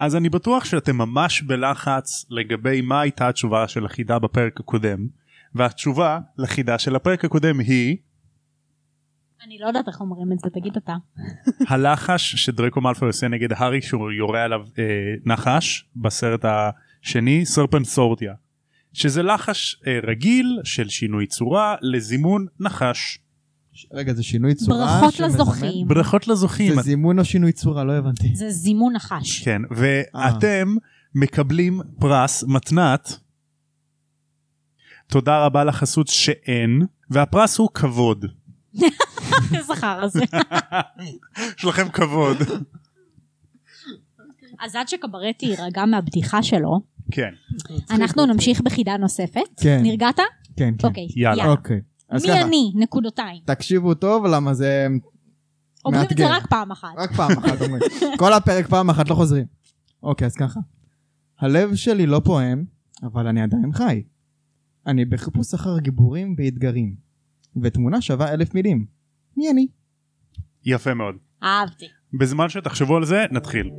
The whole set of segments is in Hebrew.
אז אני בטוח שאתם ממש בלחץ לגבי מה הייתה התשובה של החידה בפרק הקודם, והתשובה לחידה של הפרק הקודם היא אני לא יודעת איך אומרים את זה, תגיד אתה. הלחש שדרקו מאלפוי עושה נגד הארי שהוא יורה עליו אה, נחש בסרט השני סרפנסורטיה שזה לחש אה, רגיל של שינוי צורה לזימון נחש רגע, זה שינוי צורה? ברכות שמזמן- לזוכים. ברכות לזוכים זה זימון או שינוי צורה? לא הבנתי. זה זימון נחש. כן ואתם מקבלים פרס מתנת תודה רבה לחסות שאין והפרס הוא כבוד זכר הזה. יש לכם כבוד אז עד שקברטי יירגע מהבדיחה שלו, כן אנחנו נמשיך בחידה נוספת. אוקיי, כן. נרגעת? כן, כן. אוקיי. יאללה. אוקיי. אז מי ככה, אני? נקודותיי. תקשיבו טוב למה זה אומרים את זה מאתגר. רק פעם אחת. רק פעם אחת אומרים. כל הפרק פעם אחת, לא חוזרים. אוקיי, אז ככה. הלב שלי לא פועם, אבל אני עדיין חי. אני בחיפוש אחר גיבורים ואתגרים. ותמונה שווה אלף מילים. מי אני? יפה מאוד אהבתי. בזמן שתחשבו על זה נתחיל.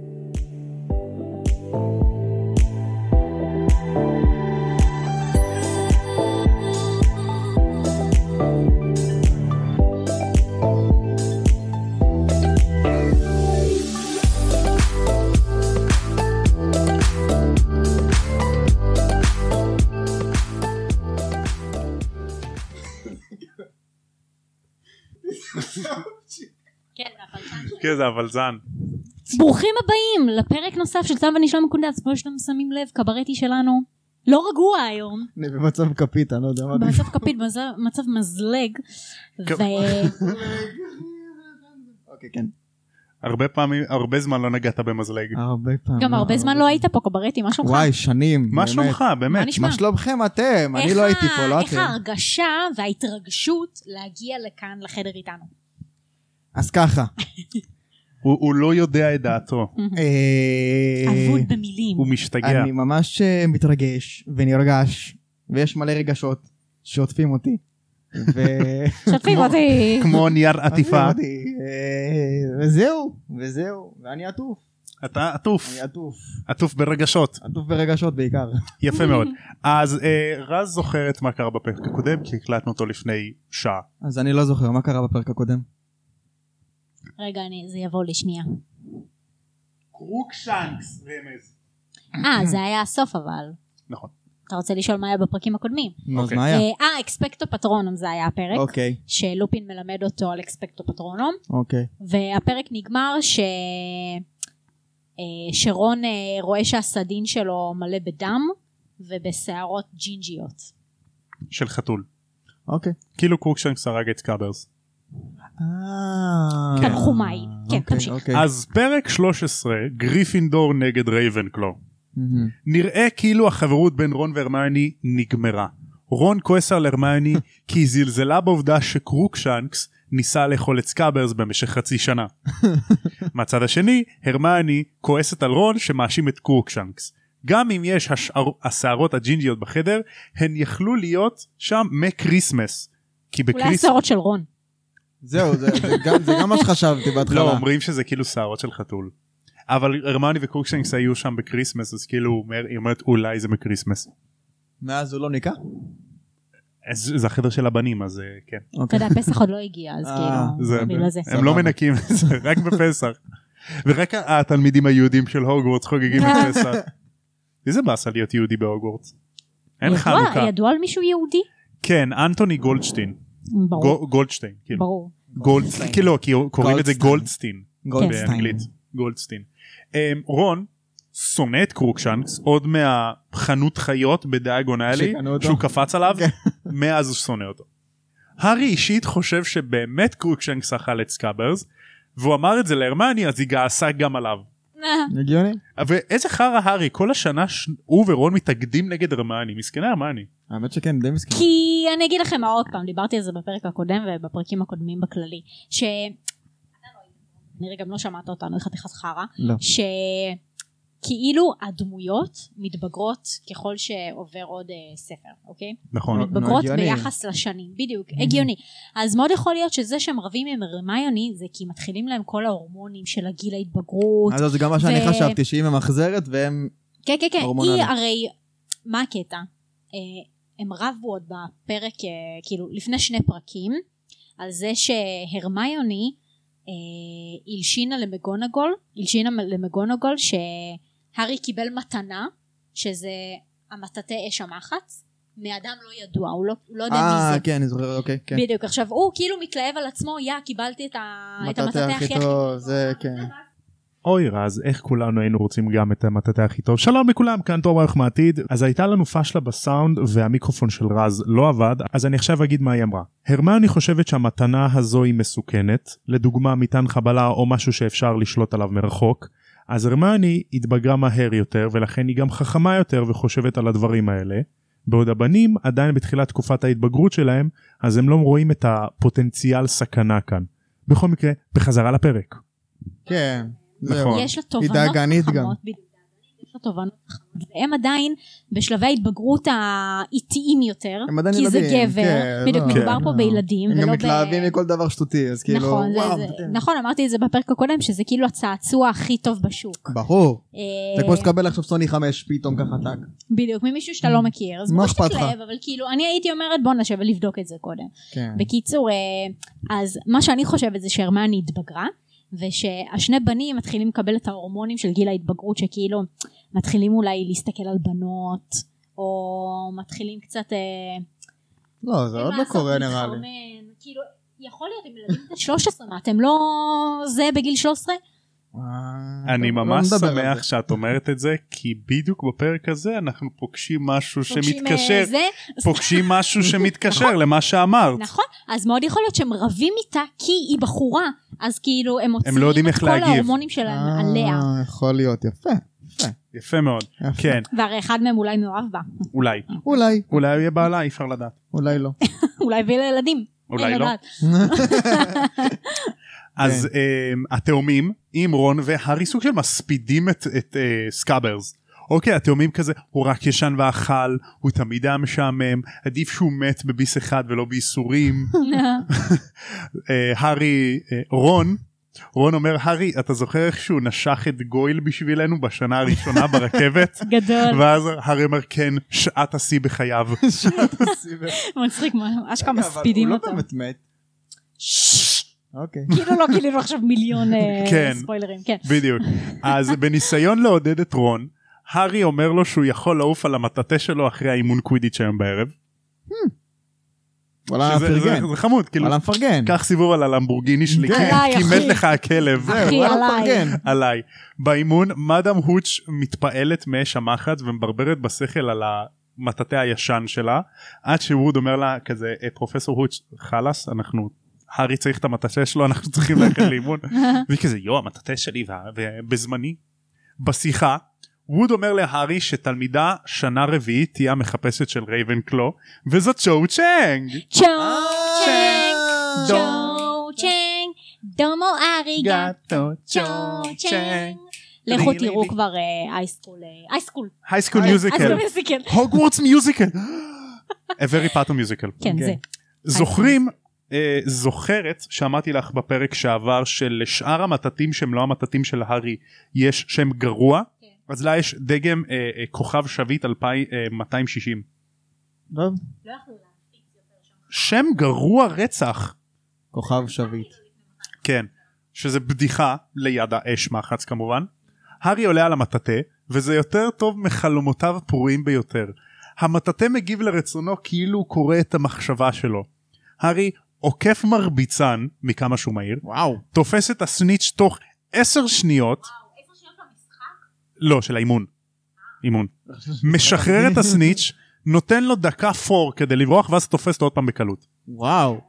כן, כן זה הבלזן. ברוכים הבאים לפרק נוסף של תם ונשלם מקונדס. כמו שאתם שמים לב, קברטי שלנו לא רגוע היום. אני במצב כפית, אני לא יודע מה. במצב כפית, במצב- מצב מזלג. כ- ו- אוקיי, כן. הרבה פעמים הרבה זמן לא נגעת במזלג. הרבה פעמים. גם הרבה זמן לא היית פה, קברטי, מה שלומך? וואי, שנים. מה באמת. שלומך באמת? מה נשמע? מה שלומכם אתם? אני איך לא ה- הייתי פה, לא איך אתם. ההרגשה וההתרגשות להגיע לכאן לחדר איתנו? אז ככה. הוא הוא לא יודע את דעתו. אה, אבוד במילים. הוא משתגע. אני ממש אה, מתרגש ונרגש, ויש מלא רגשות שעוטפים אותי. ו... שתפים אותי. כמו נייר עטיפה. עזוב אותי, אה, וזהו, וזהו, ואני עטוף, אתה עטוף. אני עטוף, עטוף ברגשות. עטוף ברגשות בעיקר. יפה מאוד. אז אה, רז זוכרת מה קרה בפרק הקודם כי הקלטנו אותו לפני שעה. אז אני לא זוכר, מה קרה בפרק הקודם? רגע, אני- זה יבוא לי שנייה. קרוקשנקס רמז. אה, זה היה הסוף אבל. נכון. אתה רוצה לשאול מה היה בפרקים הקודמים? נו, אז אוקיי. מה היה? אה, אה, אקספקטו פטרונום זה היה הפרק. אוקיי, שלופין מלמד אותו על אקספקטו פטרונום. אוקיי. והפרק נגמר ש... אה, שרון אה, רואה שהסדין שלו מלא בדם ובשערות ג'ינג'יות. של חתול. אוקיי. כאילו קרוקשנקס הרג את קאברס. אה, תנחומיי. כן, אוקיי, תמשיך. אוקיי. אז פרק 13 גריפינדור נגד רייבנקלו. מהמם. נראה כאילו החברות בין רון והרמיוני נגמרה. רון כועס על הרמיוני כי היא זלזלה בעובדה שקרוקשנקס ניסה לאכול את סקאברס במשך חצי שנה. מהצד השני, הרמיוני כועסת על רון שמאשים את קרוקשנקס. גם אם יש השער... השערות הג'ינג'יות בחדר, הן יכלו להיות שם מקריסמס. כי אוקיי. אולי בקריסמס... השערות של רון. זהו, זה- זה גם- זה גם מה שחשבתי בהתחלה. לא, אומרים שזה כאילו שערות של חתול. אבל הרמיוני וקרוקשנקס היו שם בקריסמס, אז כאילו הוא אומר- היא אומרת אולי זה מקריסמס. מאז הוא לא ניקה? אז זה החדר של הבנים אז אה, כן אתה אוקיי. יודע, פסח עוד לא הגיע, אז אה, זה- כאילו, בגלל זה. הם לא מנקים את זה רק בפסח ורק התלמידים היהודים של הוגוורטס חוגגים אה. את פסח. איזה באסה להיות יהודי בהוגוורטס? אין ידוע- חנוכה. ידוע על מישהו יהודי? כן אנטוני גולדשטיין ברור, גו- גולדשטיין כאילו ברור. גולדסטיין כאילו כי קוראים לזה גולדסטיין. גולדסטיין כן. גולדשטיין. באנגלית גולדסטיין. אמ, רון שונא את קרוקשנקס עוד מהחנות חיות בדיאגונלי שקנו אותו. שהוא קפץ עליו מאז הוא שונא אותו. הארי אישית חושב שבאמת קרוקשנקס אכל את סקאברס והוא אמר את זה להרמני אז היא געסה גם עליו. הגיוני? ואיזה חרא הארי כל השנה ש- הוא ורון מתאגדים נגד הרמני מסכנה הרמני. האמת שכן, די מסכים. כי אני אגיד לכם מה עוד פעם, דיברתי על זה בפרק הקודם ובפרקים הקודמים בכללי, ש... כנראה גם לא שמעת אותנו, היא חתיכת חרא, לא. ש... כאילו הדמויות מתבגרות ככל שעובר עוד אה, ספר, אוקיי? נכון. נו, מתבגרות הגיוני. ביחס לשנים, בדיוק, הגיוני. אז מאוד יכול להיות שזה שהם רבים עם הרמיוני זה כי מתחילים להם כל ההורמונים של הגיל ההתבגרות. אז זה גם מה שאני ו- חשבתי, שהיא ממחזרת והם... כן, כן, כן, הורמונלי. היא הרי, מה הקטע? אה, הם רבו עוד בפרק, אה, כאילו, לפני שני פרקים, על זה שהרמיוני אה, הלשינה למגונגול, הלשינה למגונגול שהארי קיבל מתנה, שזה המטאטא אש המחץ, מאדם לא ידוע, הוא לא, הוא לא יודע מי זה. אה, כן, אני זוכר, אוקיי, כן. בדיוק, עכשיו הוא כאילו מתלהב על עצמו, יא, קיבלתי את ה- את מטאטא המטאטא הכי הכי הכי טוב, זה בעולם." כן. אוי רז, איך כולנו היינו רוצים גם את המטאטא הכי טוב. שלום לכולם, כאן תור ברוך מהעתיד. אז הייתה לנו פשלה בסאונד והמיקרופון של רז לא עבד, אז אני עכשיו אגיד מה היא אמרה. הרמיוני חושבת שהמתנה הזו היא מסוכנת, לדוגמה מטען חבלה או משהו שאפשר לשלוט עליו מרחוק, אז הרמיוני התבגרה מהר יותר ולכן היא גם חכמה יותר וחושבת על הדברים האלה. בעוד הבנים עדיין בתחילת תקופת ההתבגרות שלהם, אז הם לא רואים את הפוטנציאל סכנה כאן. בכל מקרה, בחזרה לפרק. כן, זהו. נכון. יש לה תובנות חכמות. היא דאגנית גם. בדיוק, דאגנית, יש לה תובנות חכמות. והם עדיין בשלבי ההתבגרות האיטיים יותר. הם עדיין כי זה ילדים, גבר. כן, בדיוק, לא, מדובר לא. פה בילדים הם ולא גם ב... מתלהבים מכל דבר שטותי, אז כאילו, נכון, זה- וואו, זה- אתם- נכון, אמרתי את זה בפרק הקודם, שזה כאילו הצעצוע הכי טוב בשוק. ברור. אה, זה כמו שתקבל עכשיו סוני 5 פתאום ככה טאק. בדיוק, ממישהו שאתה לא מכיר. אז מה ברור שאתה אכפת לך? מתלהב, אבל כאילו, אני הייתי אומרת בוא נשב ולבדוק את זה קודם. כן. בקיצור, אה, אז מה שאני חושבת זה שהרמני התבגרה, ושהשני בנים מתחילים לקבל את ההורמונים של גיל ההתבגרות, שכאילו מתחילים אולי להסתכל על בנות, או מתחילים קצת... אה, לא, זה עוד לא לעשות קורה נראה לי. מתחרמן, כאילו, יכול להיות, הם ילדים בני 13, מה, אתם לא זה בגיל 13? אה, אני טוב, לא ממש נדבר על זה. שמח שאת אומרת את זה, כי בדיוק בפרק הזה אנחנו פוגשים משהו פוגשים, אה, שמתקשר, זה? פוגשים משהו שמתקשר למה שאמרת. נכון, אז מאוד יכול להיות שהם רבים איתה כי היא בחורה, אז כאילו הם מוציאים לא יודעים את איך כל להגיב. ההורמונים שלהם אה, עליה, יכול להיות, יפה. יפה מאוד. יפה. כן, והרי אחד מהם אולי מאוהב בה, אולי. אולי, אולי הוא יהיה בעלה, אי אפשר לדעת. אולי לא. אולי הביא לילדים. אולי אין לא. לדעת. אז אמ, התאומים עם רון והארי סוג של מספידים את- את אה, סקאברס. אוקיי, התאומים כזה, הוא רק ישן ואכל, הוא תמיד היה משעמם, עדיף שהוא מת בביס אחד ולא בייסורים. אה, הארי אה, רון רון אומר הארי אתה זוכר איך שהוא נשך את גויל בשבילנו בשנה הראשונה ברכבת גדול. ואז הארי אומר כן שעת השיא בחייו מצחיק, מה- אשכרה רגע, אה, אבל מספידים הוא אותו. לא באמת מת. ששש, אוקיי. כאילו לא גילינו עכשיו מיליון אה, כן. ספוילרים, כן. בדיוק אז בניסיון לעודד את רון הארי אומר לו שהוא יכול לעוף על המטאטא שלו אחרי האימון קווידיץ' היום בערב וואלה שזה- זה- מפרגן. זה חמוד כאילו וואלה מפרגן. קח סיבוב על הלמבורגיני שלי כי- עליי, כי כן. אחי. מת לך הכלב. זהו, אחי, וואלה עליי. מפרגן. עליי. באימון מאדם הוץ' מתפעלת מאש המחץ ומברברת בשכל על המטאטא הישן שלה עד שווד אומר לה כזה "אה, פרופסור הוץ' חלאס אנחנו הארי צריך את המטאטא שלו אנחנו צריכים ללכת לאימון והיא כזה יו המטאטא שלי וה- ובזמני. בשיחה ווד אומר להארי שתלמידה שנה רביעית תהיה המחפשת של רייבנקלו וזאת צ'ו צ'נג. צ'ו צ'נג, אה, צ'ו צ'נג, דומו אריגה, צ'ו צ'נג. לכו לי, לי, תראו לי. כבר אה, אייסקול, אה, אייסקול, הייסקול אייסקול כן. מיוזיקל. מיוזיקל. הוגוורטס מיוזיקל. A very part of musical. כן, אוקיי. זה. זוכרים, אה, זוכרת שאמרתי לך בפרק שעבר שלשאר המטאטים שהם לא המטאטים של הארי יש שם גרוע? כן. אז לה יש דגם אה, אה, כוכב שביט אה, 2260. טוב, לא יכלו לה. שם גרוע רצח. כוכב שביט. כן. שזה בדיחה ליד האש מחץ כמובן. הארי עולה על המטאטא וזה יותר טוב מחלומותיו הפרועים ביותר. המטאטא מגיב לרצונו כאילו הוא קורא את המחשבה שלו. הארי עוקף מרביצן מכמה שהוא מהיר, וואו. תופס את הסניץ' תוך עשר שניות, לא של האימון, אימון, משחרר את הסניץ', נותן לו דקה פור כדי לברוח ואז תופס אותו עוד פעם בקלות. וואו.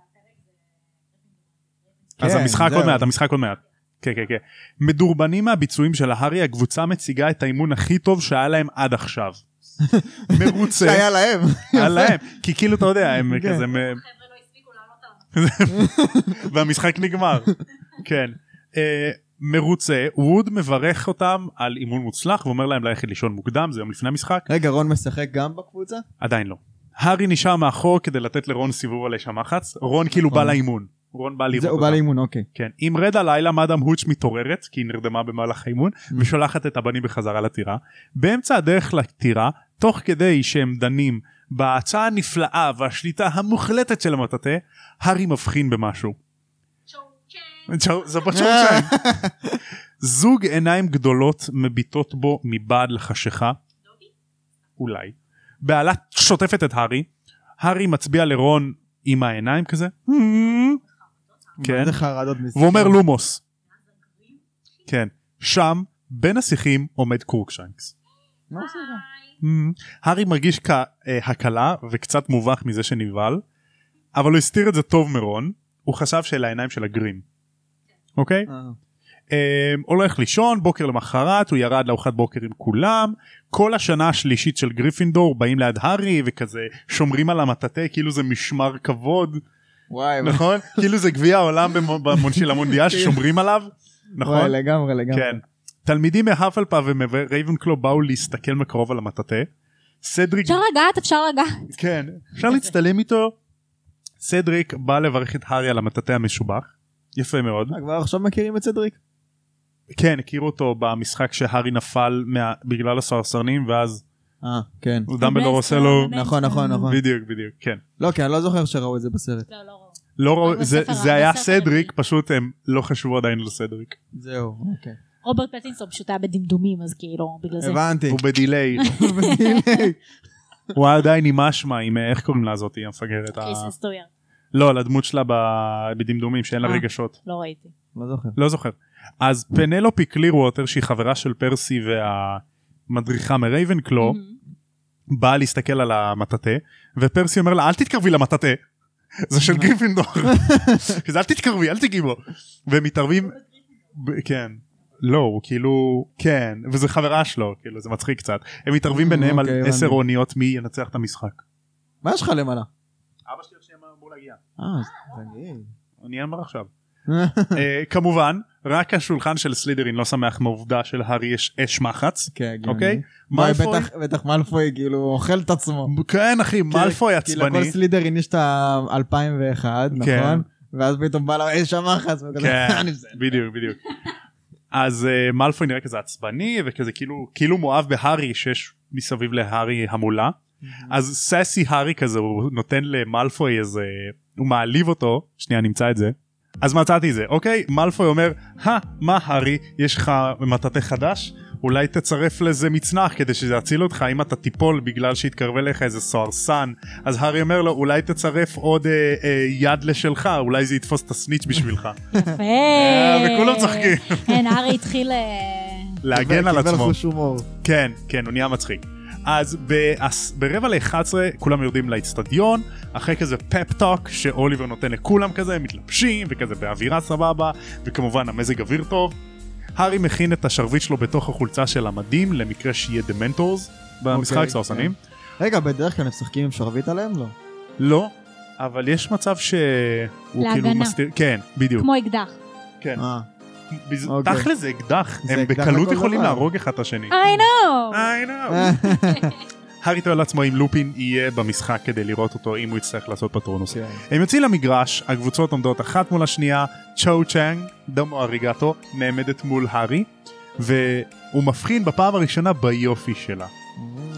אז כן, המשחק זהו. עוד מעט, המשחק עוד מעט. כן כן כן. מדורבנים מהביצועים של ההארי הקבוצה מציגה את האימון הכי טוב שהיה להם עד עכשיו. מרוצה. שהיה להם. היה להם, כי כאילו אתה יודע, הם כן. כזה... מ- לא והמשחק נגמר. כן. אה, מרוצה, ווד מברך אותם על אימון מוצלח ואומר להם ללכת לישון מוקדם, זה יום לפני המשחק, רגע, רון משחק גם בקבוצה? עדיין לא. הארי נשאר מאחור כדי לתת לרון סיבוב עלי שם מחץ, רון כאילו בא נכון. לאימון. רון בא לראות זהו, אותם. בא לאימון, אוקיי. כן. עם רד הלילה מאדם הוץ' מתעוררת, כי היא נרדמה במהלך האימון, ושולחת את הבנים בחזרה לטירה. באמצע הדרך לטירה, תוך כדי שהם דנים בהצעה הנפלאה והשליטה המוחלטת של המטאטה, הארי מבחין במשהו. צ'או- זה אה. בצ'אוצ'יין. זוג עיניים גדולות מביטות בו מבעד לחשיכה. אולי. בעלה שוטפת את הארי. הארי מצביע לרון עם העיניים כזה. כן. זה חרדות מסתכל. והוא אומר לומוס. כן. שם, בין השיחים, עומד קורקשיינקס. מה עושה לך? אמ, הארי מרגיש כהקלה וקצת מובך מזה שנבהל, אבל הוא הסתיר את זה טוב מרון, הוא חשב שאלה העיניים של הגרים. אוקיי? אה. אמ, הולך לישון, בוקר למחרת, הוא ירד לארוחת בוקר עם כולם, כל השנה השלישית של גריפינדור באים ליד הארי וכזה שומרים על המטאטא כאילו זה משמר כבוד, וואי, וואי, נכון? כאילו זה גביע העולם במו- במונשיל המונדיאל ששומרים עליו, נכון? וואי, לגמרי, לגמרי. כן. תלמידים מהאפלפה ומרייבנקלו באו להסתכל מקרוב על המטאטא. סדריק, אפשר אוקיי. לגעת אפשר לגעת. כן, אפשר להצטלם איתו. סדריק בא לברך את הארי על המטאטא המשובח. יפה מאוד. אה, כבר עכשיו מכירים את סדריק? כן, הכירו אותו במשחק שהארי נפל מה- בגלל הסרסרנים, ואז אה, כן. לא, דמבלדור עושה לו... נכון, נכון, נכון. בדיוק, בדיוק, כן. לא, כי אני לא זוכר שראו את זה בסרט. לא, לא ראו. לא ראו- זה- בספר- זה היה בספר הם- סדריק, פשוט הם לא חשבו עדיין על סדריק. זהו, אוקיי. רוברט פטינסון פשוט היה בדמדומים אז כאילו בגלל זה. הבנתי. הוא בדיליי. הוא היה עדיין עם אשמה, עם אה, איך קוראים לה זאתי, המפגרת. ה- קריסטן סטויר. לא, על הדמות שלה ב- בדמדומים, שאין לה אה. רגשות. לא ראיתי. לא זוכר. לא זוכר. אז פנלופי קלירווטר, שהיא חברה של פרסי והמדריכה מרייבנקלו, Mm-hmm. באה להסתכל על המטאטא, ופרסי אומר לה, אל תתקרבי למטאטא. זה Mm-hmm. של גריפינדור. אז אל תתקרבי, אל תיגעי בו. והם מתערבים... ב- כן. לא, הוא כאילו... כן. וזה חברה שלו, כאילו, זה מצחיק קצת. הם מתערבים ביניהם על אוקיי, הבנתי. עשר אוניות מי ינצח את המשחק. מה יש לך למעלה? אבא שלי עכשיו אמור להגיע. אה, אז תגיד. אני אמר עכשיו. אה, כמובן רק השולחן של סלידרין לא שמח מהעובדה שלהארי יש אש מחץ כן, הגיוני. אוקיי וואי, מאלפוי- בטח- בטח מאלפוי כאילו אוכל את עצמו. כן אחי מאלפוי כי לכל עצבני סלידרין יש את ה-2001, כן. נכון? ואז פתאום בא "אה, לה, יש שם אחת, והוא כזה, כן. אני בסדר. בדיוק בדיוק אז אה, מאלפוי נראה כזה עצבני וכזה כאילו כאילו מואב בהארי שיש מסביב להארי המולה אז סאסי הארי כזה הוא נותן למאלפוי איזה הוא מעליב אותו שנייה נמצא את זה. אז מצאתי את זה אוקיי מאלפוי אומר הא מה הארי יש לך מטאטא חדש אולי תצרף לזה מצנח כדי שזה יציל אותך אם אתה תיפול בגלל שהתקרב אליך איזה סוהרסן אז הארי אומר לו אולי תצרף עוד אה, אה, יד לשלך אולי זה יתפוס את הסניץ' בשבילך יפה. אה, וכולם צוחקים כן, הארי התחיל... אה, להגן על קיבל עצמו חוש הומור. כן, כן, הוא נהיה מצחיק. אז ב- אז ברבע ל-11 כולם יורדים לאצטדיון, אחרי כזה פפ-טוק שאוליבר נותן לכולם כזה, מתלבשים וכזה באווירה סבבה, וכמובן המזג אוויר טוב. הארי מכין את השרביט שלו בתוך החולצה של המדים, למקרה שיהיה דמנטורס במשחק אוקיי, סרסנים. רגע, בדרך כלל הם משחקים עם שרביט עליהם? לא. לא, אבל יש מצב שהוא כאילו להגנה. מסתיר... כן, בדיוק. כמו אקדח. כן. אה, בז- אוקיי. תכל'ס זה אקדח, זה הם אקדח בקלות לכל יכולים דבר. אה, להרוג אחד את השני. I know! I know. הארי תוהה לעצמו אם לופין יהיה במשחק כדי לראות אותו אם הוא יצטרך לעשות פטרונוס. כן. הם יוצאים למגרש, הקבוצות עומדות אחת מול השנייה, צ'או צ'אנג, דמו אריגטו, נעמדת מול הארי, והוא מבחין בפעם הראשונה ביופי שלה,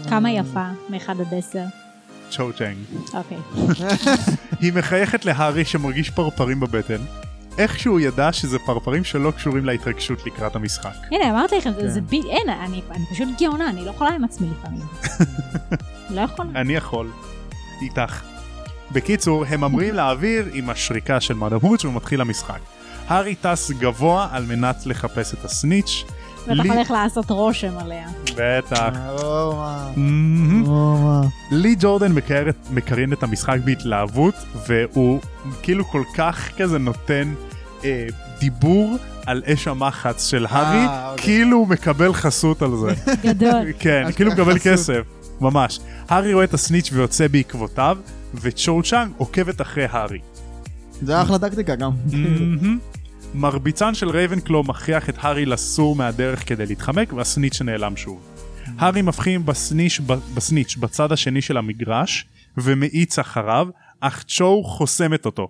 כמה יפה, מאחד עד עשר. צ'או צ'אנג. אוקיי. היא מחייכת להארי שמרגיש פרפרים בבטן. איכשהו הוא ידע שזה פרפרים שלא קשורים להתרגשות לקראת המשחק. הנה, אמרתי לכם, זה- כן. זה בי... אין, אני אני פשוט גאונה, אני לא יכולה עם עצמי לפעמים. לא יכולה. אני יכול. איתך. בקיצור, הם ממריאים לאוויר עם השריקה של מאדם הוץ' ומתחיל המשחק. הארי טס גבוה על מנת לחפש את הסניץ'. בטח הולך לעשות רושם עליה. בטח. אה, רומה. מהמם. רומה. לי ג'ורדן מקרר- מקרין את המשחק בהתלהבות, והוא כאילו כל כך כזה נותן אה, דיבור על אש המחץ של הארי, אוקיי. כאילו הוא מקבל חסות על זה. גדול. כן, אשכרה כאילו מקבל חסות. כסף, ממש. הארי רואה את הסניץ' ויוצא בעקבותיו, וצ'ו צ'אנג עוקבת אחרי הארי. Mm-hmm. זה היה אחלה טקטיקה גם. מהמם. מרביצן של רייבנקלו מכריח את הארי לסור מהדרך כדי להתחמק והסניץ' נעלם שוב. הארי מבחין בסניץ', בסניץ' בצד השני של המגרש ומאיץ אחריו, אך צ'ו חוסמת אותו.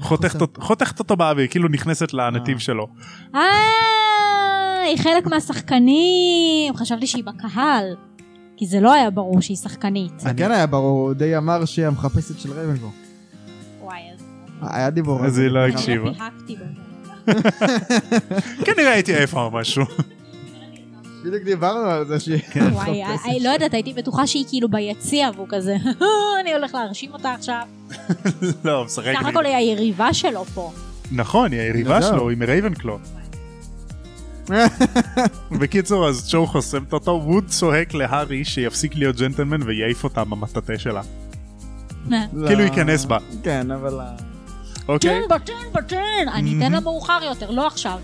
חותכת אותו- חותכת אותו באוויר, כאילו נכנסת לנתיב אה. שלו. אה, היא חלק מהשחקנים, חשבתי שהיא בקהל. כי זה לא היה ברור שהיא שחקנית. זה כן היה ברור, הוא די אמר שהיא המחפשת של רייבנבו. וואי, אז... היה דיבור. אז היא לא כנראה הקשיבה. פיהקתי בזה. כנראה הייתי איפה או משהו. בדיוק דיברנו על זה שהיא... כן. וואי, מחפשת. אני לא יודעת, הייתי בטוחה שהיא כאילו ביציע, והוא כזה, אני הולך להרשים אותה עכשיו. לא, משחק. סך לי. הכל היא היריבה שלו פה. נכון, היא היריבה זהו. שלו, היא מרייבנקלו. בקיצור, אז צ'ו חוסמת אותו, ווד צועק להארי שיפסיק להיות ג'נטלמן ויעיף אותה במטאטה שלה. אה. כאילו ייכנס בה. לא. כן, אבל... ה- אוקיי? תן בטן בטן, אני אתן לה מאוחר יותר, לא עכשיו.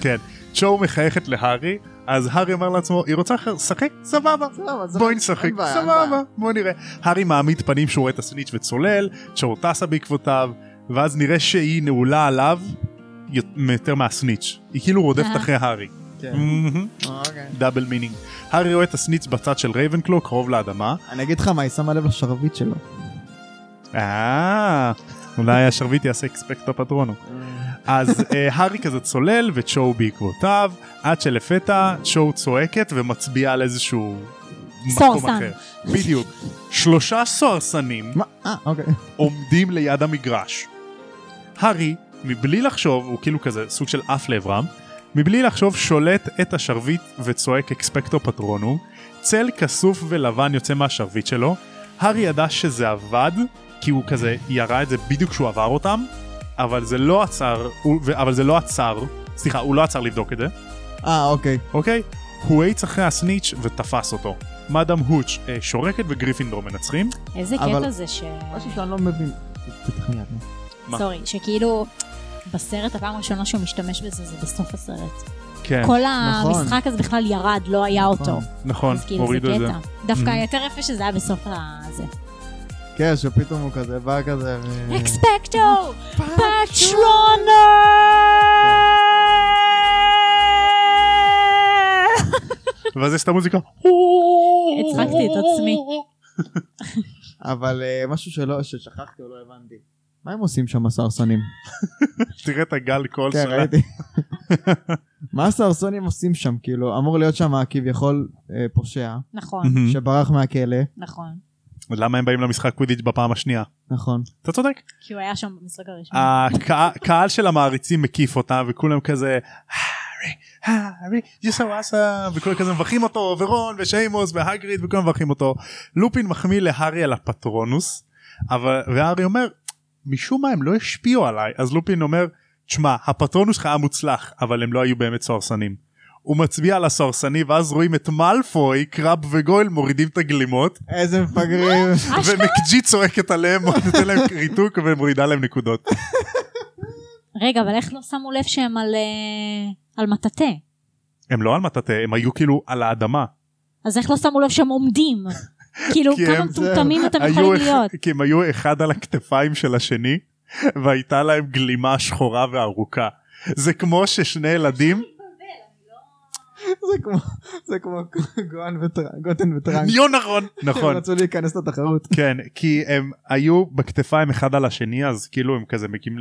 כן. צ'ו מחייכת להארי, אז הארי אמר לעצמו, היא רוצה אחר, שחק? סבבה. סבבה, אז- בואי נשחק, לא, אין בעיה, אין סבבה, בעיה. בואי נראה. הארי מעמיד פנים שהוא רואה את הסניץ' וצולל, צ'ו טסה בעקבותיו, ואז נראה שהיא נעולה עליו יות- יותר מהסניץ'. היא כאילו רודפת אה. אחרי הארי. כן. מהמם. אוקיי. דאבל מינינג. הארי רואה את הסניץ בצד של רייבנקלו קרוב לאדמה. אני אגיד לך מה, היא שמה לב לשרביט שלו. אה, אולי השרביט יעשה אקספקטו פטרונו. אז אה, הארי כזה צולל וצ'ו בעקבותיו, עד שלפתע צ'ו צועקת ומצביעה על איזשהו מקום סוהרסן. אחר. בדיוק. שלושה סוהרסנים מה? אה, אוקיי. עומדים ליד המגרש. הארי, מבלי לחשוב, הוא כאילו כזה סוג של עף לעברם, מבלי לחשוב שולט את השרביט וצועק אקספקטו פטרונו, צל כסוף ולבן יוצא מהשרביט שלו, הארי ידע שזה עבד, כי הוא כזה ירה את זה בדיוק כשהוא עבר אותם, אבל זה לא עצר, הוא, ו- אבל זה לא עצר, סליחה, הוא לא עצר לבדוק את זה, אה, אוקיי. אוקיי? הוא האיץ אחרי הסניץ' ותפס אותו. מאדם הוץ' אה, שורקת וגריפינדור מנצחים. איזה אבל- קטע זה ש... משהו שאני לא מבין. תפתח מיד, נו. מה? סורי, שכאילו... בסרט הפעם הראשונה שהוא משתמש בזה זה בסוף הסרט. כן, כל המשחק הזה בכלל ירד, לא היה אותו. נכון. נכון, אז כאילו זה הורידו את זה. קטע. דווקא Mhm. יותר יפה שזה היה בסוף הזה. כן, שפתאום הוא כזה בא כזה ו... אה, אקספקטו! פטרונה! ואז יש את המוזיקה. הצחקתי את עצמי. אבל אה, משהו שלא, ששכחתי או לא הבנתי. מה הם עושים שם הסרסנים? תראה את הגל קול כן, שלה. ראיתי. מה הסרסנים עושים שם? כאילו, אמור להיות שם כביכול אה, פושע נכון, מהמם. שברח מהכלא, נכון. למה הם באים למשחק קווידיץ' בפעם השנייה? נכון. אתה צודק. כי הוא היה שם במשחק הראשון. אה. הקהל של המעריצים מקיף אותם וכולם כזה הארי, הארי, you're so awesome וכולם כזה מברכים אותו ורון ושיימוס והגריד וכולם מברכים אותו. לופין מחמיא להארי על הפטרונוס אבל והארי אומר משום מה הם לא השפיעו עליי אז לופין אומר תשמע הפטרונוס שלך היה מוצלח אבל הם לא היו באמת סוהרסנים. הוא מצביע על הסוהרסני ואז רואים את מאלפוי קרב וגויל מורידים את הגלימות איזה מפגרים. ומקג'י צועקת עליהם נותן להם ריתוק ומורידה להם נקודות. רגע, אבל איך לא שמו לב שהם על אה, על מטאטא? הם לא על מטאטא, הם היו כאילו על האדמה. אז איך לא שמו לב שהם עומדים? כאילו, כי כמה הם- מטומטמים אתם היו יכולים אח- להיות? כי הם היו אחד על הכתפיים של השני, והייתה להם גלימה שחורה וארוכה. זה כמו ששני ילדים, זה כמו, זה כמו גוהן וטר- גוטן וטרנק. יו נכון, נכון, הם רצו להיכנס לתחרות. כן, כי הם היו בכתפיים אחד על השני, אז כאילו הם כזה מגיעים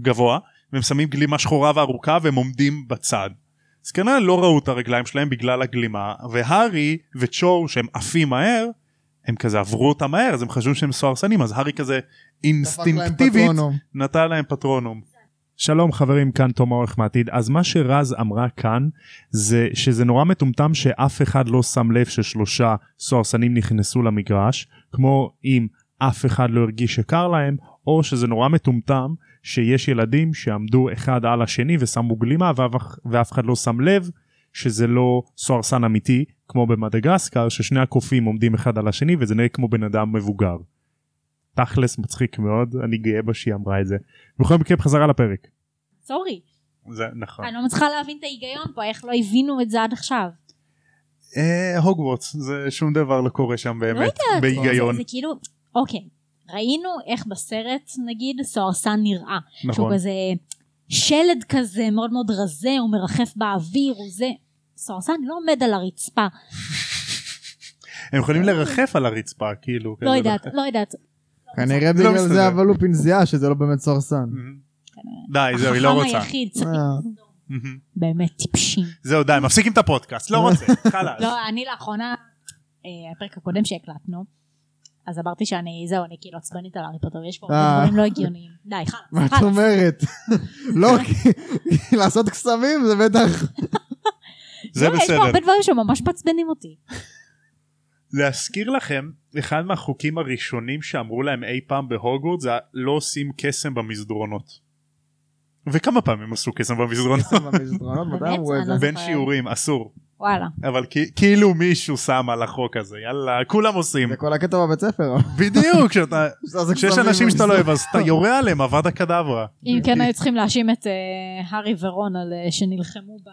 לגבוה, והם שמים גלימה שחורה וארוכה והם עומדים בצד. אז כנראה לא ראו את הרגליים שלהם בגלל הגלימה, והארי וצ'ו שהם עפים מהר, הם כזה עברו אותה מהר, אז הם חשבו שהם סוהרסנים, אז הארי כזה דפק להם אינסטינקטיבית פטרונום. נתן להם פטרונום. שלום חברים, כאן תום האורך מהעתיד. אז מה שרז אמרה כאן, זה שזה נורא מטומטם שאף אחד לא שם לב ששלושה סוהרסנים נכנסו למגרש, כמו אם אף אחד לא הרגיש שקר להם, או שזה נורא מטומטם שיש ילדים שעמדו אחד על השני ושמו גלימה ואף, ואף אחד לא שם לב שזה לא סוהרסן אמיתי, כמו במדגסקר, ששני הקופים עומדים אחד על השני וזה נראה כמו בן אדם מבוגר. תכלס מצחיק מאוד, אני גאה בה שהיא אמרה את זה. בכל מקרה, בחזרה לפרק. סורי, זה נכון. אני לא מצליחה להבין את ההיגיון פה, איך לא הבינו את זה עד עכשיו. אה, הוגוורטס, זה שום דבר לא קורה שם באמת, בהיגיון. זה- זה כאילו, נכון. אוקיי, ראינו איך בסרט, נגיד, סוהרסן נראה. שהוא כזה שלד כזה מאוד מאוד רזה, הוא מרחף באוויר, הוא זה. סוהרסן לא עומד על הרצפה. הם יכולים לרחף על הרצפה, כאילו. לא כזה יודעת, לרחף. לא יודעת. כנראה בגלל לא מסתדר. Mm. זה אבל הוא פנזייה שזה לא באמת סורסן. די, זהו, היא לא החכם רוצה. היחיד צריך אה, מהמם. באמת טיפשים. זהו, די, מפסיקים את הפודקאסט, לא רוצה, חלאס. לא, אני לאחרונה, אה, הפרק הקודם שהקלטנו, אז אמרתי שאני, זהו, אני כאילו עצבנית על הארי פוטר, ויש פה הרבה אה. דברים לא הגיוניים. די, מה חלאס, את חלאס. אומרת? לא, כי- כי לעשות קסמים זה בטח... זה לא, יש פה בסדר. הרבה דברים שממש מעצבנים אותי. להזכיר לכם, אחד מהחוקים הראשונים שאמרו להם אי פעם בהוגוורט זה לא עושים קסם במסדרונות. וכמה פעמים עשו קסם לא במסדרונות? במסדרונות, מתי אמרו את אני זה? לא בין זוכרת. שיעורים, אסור. וואלה. אבל כי- כאילו מישהו שם על החוק הזה, יאללה, כולם עושים. זה כל הקטע בבית ספר. בדיוק, שאתה... שאתה עושה כשיש קסמים אנשים שאתה לא אוהב במסדרונות. אז אתה יורה עליהם עבדה קדברה. אם כן היו צריכים להאשים את אה, הארי ורון על אה, שנלחמו ב-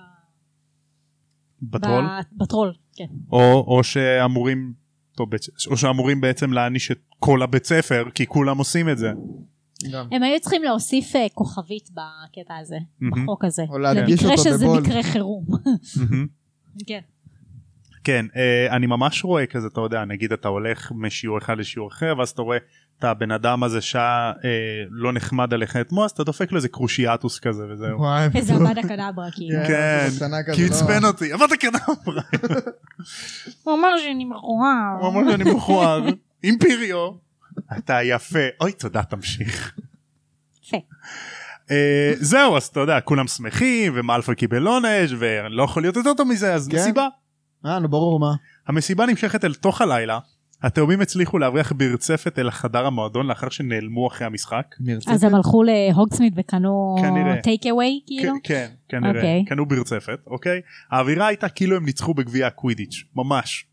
בטרול. ב- בטרול. כן. או, או שאמורים טוב, בית- או שאמורים בעצם להעניש את כל הבית ספר כי כולם עושים את זה. גם. הם היו צריכים להוסיף אה, כוכבית בקטע הזה, מהמם. בחוק הזה. או להדגיש למקרה אותו שזה בבולד. מקרה חירום. מהמם. כן. כן אה, אני ממש רואה כזה אתה יודע נגיד אתה הולך משיעור אחד לשיעור אחר ואז אתה רואה את הבן אדם הזה שהיה אה, לא נחמד עליך אתמול אז אתה דופק לו איזה קרושיאטוס כזה וזהו. וואי, איזה בטוח. עבד הקדברה, כאילו. כן, זה קטנה כזה, כי הוא לא- עצבן אותי עבדת קדברה הוא אמר שאני מכוער. הוא אמר שאני מכוער אימפיריו. אה. אתה יפה אוי תודה תמשיך. יפה. אה, זהו אז אתה יודע כולם שמחים ומאלפוי קיבל עונש ולא יכול להיות יותר טוב מזה אז כן. מסיבה. אה, נו ברור מה. המסיבה נמשכת אל תוך הלילה. התאומים הצליחו להבריח ברצפת אל חדר המועדון לאחר שנעלמו אחרי המשחק. אז הם הלכו להוגסמית וקנו כנראה. טייק אווי, כאילו? כ- כן, כנראה. אוקיי. קנו ברצפת, אוקיי? האווירה הייתה כאילו הם ניצחו בגביע הקווידיץ', ממש,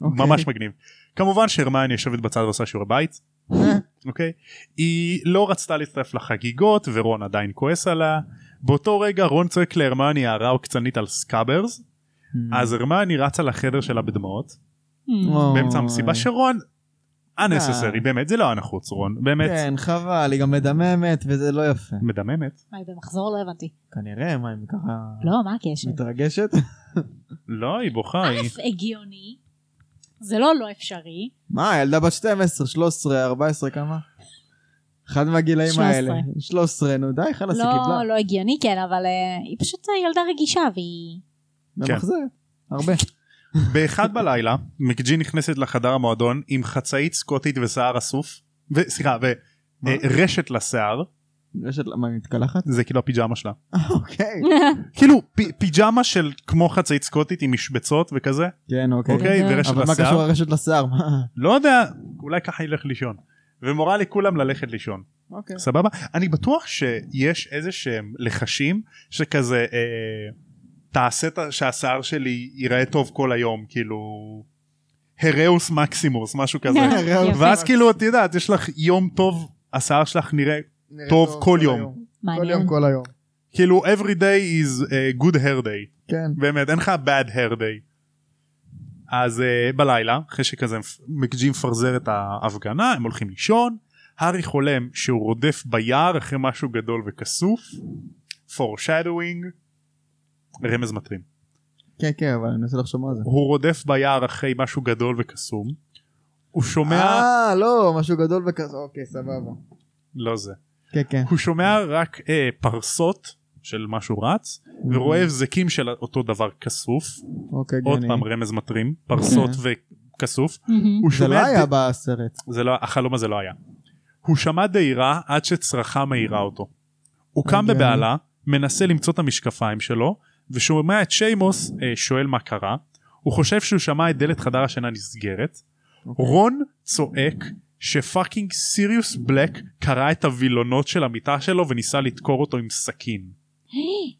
אוקיי. ממש מגניב. כמובן שהרמיון יושבת בצד ועושה שיעורי בית, אה, אוקיי? היא לא רצתה להצטרף לחגיגות ורון עדיין כועס עליה. באותו רגע רון צועק להרמיוני הערה עוקצנית על סקאברס, אז הרמיוני רצה לחדר שלה בדמעות, Hmm. אוי. אה. באמצע המסיבה שרון, unnecessary, באמת, זה לא היה נחוץ רון, באמת, כן, חבל, היא גם מדממת וזה לא יפה. מדממת מה, היא במחזור לא הבנתי. כנראה, מה, היא ככה לא, מה הקשר? מתרגשת? לא היא בוכה היא א', הגיוני, זה לא לא אפשרי, מה, ילדה בת 12, 13, 14, כמה? אחד מהגילאים 13. האלה. 13, נו די, חלאס, היא קיבלה. לא, לא הגיוני כן, אבל אה, היא פשוט ילדה רגישה והיא... כן. ממחזרת. הרבה. באחד בלילה מקג'י נכנסת לחדר המועדון עם חצאית סקוטית ושיער אסוף ו- סליחה מה? ורשת לשיער יש את... מה, היא מתקלחת? זה כאילו הפיג'מה שלה אה, אוקיי. כאילו פ- פיג'מה של כמו חצאית סקוטית עם משבצות וכזה כן, אוקיי. אוקיי אה. ורשת אבל מה קשור לשיער הרשת לשיער? מה? לא יודע אולי ככה ילך לישון ומורה לכולם ללכת לישון אוקיי. סבבה אני בטוח שיש איזה שהם לחשים שכזה אה, תעשה את ה- שהשיער שלי ייראה טוב כל היום כאילו הראוס מקסימוס משהו כזה כן. יופי. ואז כאילו את יודעת יש לך יום טוב השיער שלך נראה נראה טוב כל יום. כל מעניין. יום, כל היום. כאילו every day is a good hair day כן. באמת אין לך bad hair day. אז אה, בלילה אחרי שכזה מקג'י מפרזר את ההפגנה הם הולכים לישון הארי חולם שהוא רודף ביער אחרי משהו גדול וכסוף foreshadowing רמז מטרים כן, כן, אבל אני מנסה לחשוב מה זה. הוא רודף ביער אחרי משהו גדול וקסום הוא שומע אה, לא, משהו גדול וכזה. אוקיי, סבבה. לא זה כן, כן. הוא שומע רק אה, פרסות של משהו רץ Mm-hmm. ורואה הבזקים של אותו דבר כסוף אוקיי, עוד גני. פעם רמז מטרים פרסות וכסוף מהמם. הוא Mm-hmm. זה לא שומע היה ד- בסרט. זה לא החלום הזה לא היה הוא שמע דהירה עד שצרחה מאירה אותו הוא קם הגיוני. בבהלה מנסה למצוא את המשקפיים שלו ושומע את שיימוס אה, שואל מה קרה הוא חושב שהוא שמע את דלת חדר השינה נסגרת רון צועק שפאקינג סיריוס בלק קרע את הווילונות של המיטה שלו וניסה לדקור אותו עם סכין.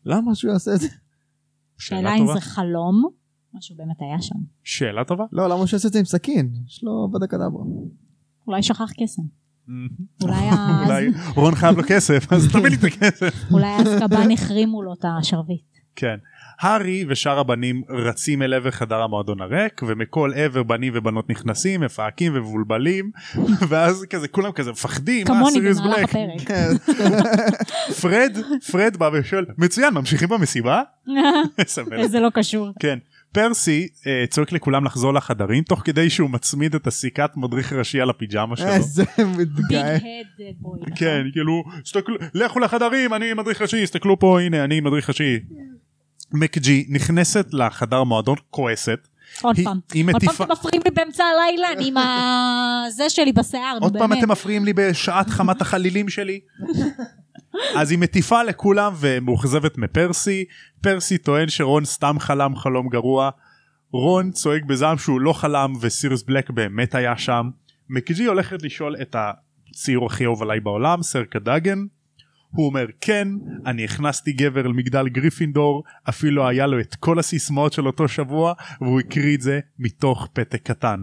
למה שהוא יעשה את זה? שאלה שאלה אם טובה. זה חלום, או שהוא באמת היה שם. שאלה טובה. לא, למה שהוא יעשה את זה עם סכין? יש לו בדקה דברה. אולי שכח קסם. אולי ה- אולי רון חייב לו כסף אז תביא לי את הכסף. אולי האסקבן החרימו לו את השרביט. כן. הארי ושאר הבנים רצים אל עבר חדר המועדון הריק ומכל עבר בנים ובנות נכנסים מפהקים ומבולבלים ואז כזה כולם כזה מפחדים "אה, מה, כמוני סיריוס במהלך בלק?" הפרק. פרד פרד בא ושואל מצוין ממשיכים במסיבה? מסמל. זה לא קשור. כן. פרסי אה, צועק לכולם לחזור לחדרים תוך כדי שהוא מצמיד את הסיכת מדריך ראשי על הפיג'מה שלו. איזה ביג אה, מתגאה. הד בוי. כן כאילו "הסתכלו- לכו לחדרים אני מדריך ראשי הסתכלו פה הנה אני מדריך ראשי. מקג'י נכנסת לחדר מועדון כועסת. עוד היא- פעם. היא עוד פעם מטיפה. אתם מפריעים לי באמצע הלילה, אני עם הזה שלי בשיער, נו עוד פעם באמת. אתם מפריעים לי בשעת חמת החלילים שלי. אז היא מטיפה לכולם ומאוכזבת מפרסי. פרסי טוען שרון סתם חלם חלום גרוע. רון צועק בזעם שהוא לא חלם וסיריוס בלק באמת היה שם. מקג'י הולכת לשאול את הציור הכי אהוב עליי בעולם סר קדגן. הוא אומר כן אני הכנסתי גבר למגדל גריפינדור אפילו היה לו את כל הסיסמאות של אותו שבוע והוא הקריא את זה מתוך פתק קטן.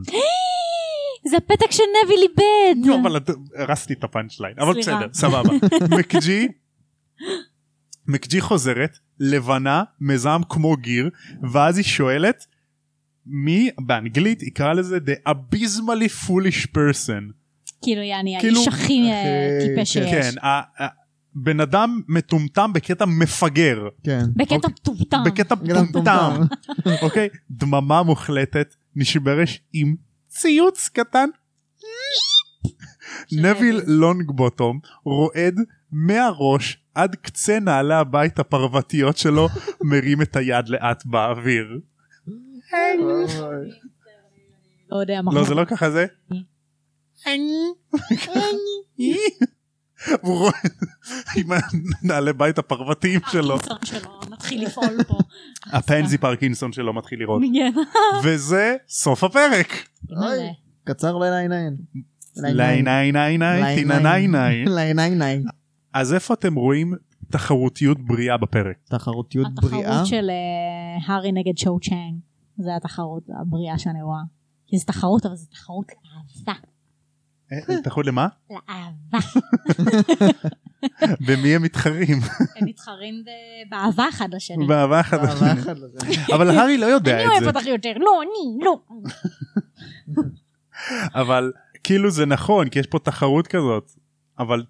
זה הפתק שנביל איבד. נו, לא, אבל את- הרסתי את הפאנצ' ליין, אבל סליחה. בסדר, סבבה. מקג'י, מקג'י חוזרת, לבנה, מזעם כמו גיר, ואז היא שואלת, מי, באנגלית יקרא לזה The abysmally foolish person. כאילו יעני כאילו- האיש הכי אה, הכי- טיפש כן. שיש. כן, ה- ה- בן אדם מטומטם בקטע מפגר. כן. בקטע מטומטם. אוקיי. בקטע בן אדם מטומטם. אוקיי? דממה מוחלטת, נשברש עם ציוץ קטן. נביל לונגבוטום רועד מהראש עד קצה נעלי הבית הפרוותיות שלו, מרים את היד לאט באוויר. אוי. לא יודע מה. לא, זה לא ככה זה? הוא רועד עם נעלי בית הפרוותיים שלו. הפרקינסון שלו מתחיל לפעול פה. הפנזי פרקינסון שלו מתחיל לראות. כן. וזה סוף הפרק. אימא'לה. קצר לעיניים. לעיניים, עיניים, תינניים, עיניים. לעיניים. אז איפה אתם רואים תחרותיות בריאה בפרק? תחרותיות בריאה. התחרות של אה, הארי נגד שואו צ'אנג. זה התחרות הבריאה שאני רואה. כי זו תחרות, אבל זו תחרות לאהבה. אה, תחרות למה? לאהבה. במי הם מתחרים? הם מתחרים ב- באהבה אחד לשני. באהבה אחת. אבל אחד לא זה. אבל הארי לא יודע אני את זה. אוהב אותך יותר. לא, אני, לא. אבל כאילו זה נכון, כי יש פה תחרות כזאת. אבל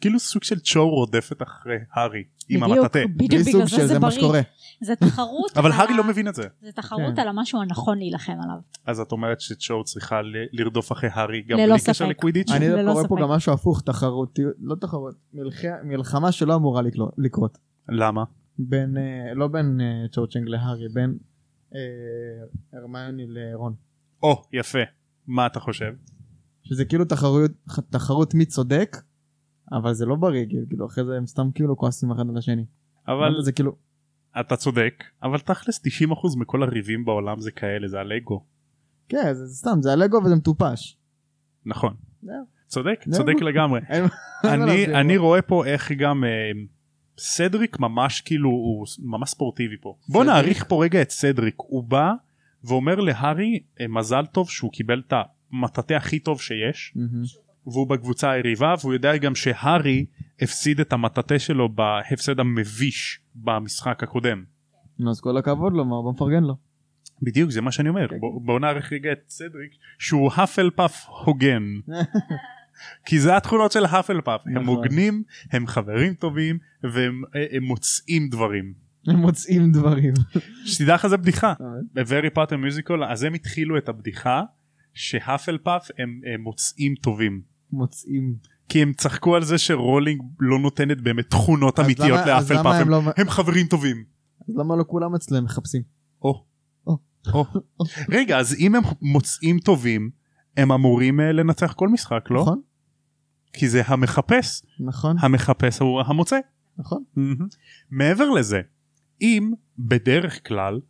כאילו סוג של צ'ו רודפת אחרי הארי עם בדיוק, המטאטה. בדיוק בלי סוג בגלל זה של זה זה מה בריא. שקורה. זה תחרות. אבל על הארי ה- לא מבין את זה. זה תחרות כן. על המשהו הנכון להילחם עליו. אז את אומרת שצ'ו צריכה ל- לרדוף אחרי הארי גם ללא בלי ספק. קשר לקווידיץ'? אני ללא לא קורא פה ספק. גם משהו הפוך, תחרותיות, לא תחרות, מלח- מלחמה שלא אמורה לקלו- לקרות. למה? בין, אה, לא בין אה, צ'ורצ'ינג להארי, בין אה, הרמיוני לרון. או, יפה. מה אתה חושב? שזה כאילו תחרות, תחרות מי צודק, אבל זה לא בריא, כאילו, כאילו אחרי זה הם סתם כאילו כועסים אחד על השני. אבל זה כאילו, אתה צודק, אבל תכלס 90% מכל הריבים בעולם זה כאלה, זה הלגו. כן, זה זה סתם, זה הלגו וזה מטופש. נכון. זהו. צודק, זהו. צודק לגמרי. אין- אין מה אני להסביר. לא. אני רואה פה איך גם אה, סדריק ממש כאילו הוא ס- ממש ספורטיבי פה. בוא סדריק? נעריך פה רגע את סדריק הוא בא ואומר להארי אה, מזל טוב שהוא קיבל את המטאטה הכי טוב שיש מהמם. והוא בקבוצה היריבה והוא יודע גם שהארי הפסיד את המטאטה שלו בהפסד המביש במשחק הקודם. נו, אז כל הכבוד לו, מה, בוא נפרגן לו. בדיוק זה מה שאני אומר כן. בוא- בוא נעריך רגע את סדריק שהוא האפל פאף הוגן כי זה התכונות של האפל פאף הם נכון. הוגנים הם חברים טובים והם אה, הם מוצאים דברים הם מוצאים דברים. שתדע לך זה בדיחה ב-Very Potter Musical אז הם התחילו את הבדיחה שהאפל פאף הם, הם מוצאים טובים מוצאים. כי הם צחקו על זה שרולינג לא נותנת באמת תכונות אז אמיתיות למה- אז לאפל למה פאף הם הם, לא- הם חברים טובים אז למה לא כולם אצלם מחפשים? או. או. או. רגע אז אם הם מוצאים טובים הם אמורים אה, לנצח כל משחק לא? אה. נכון? כי זה המחפש נכון? המחפש הוא המוצא. נכון? מעבר לזה אם בדרך כלל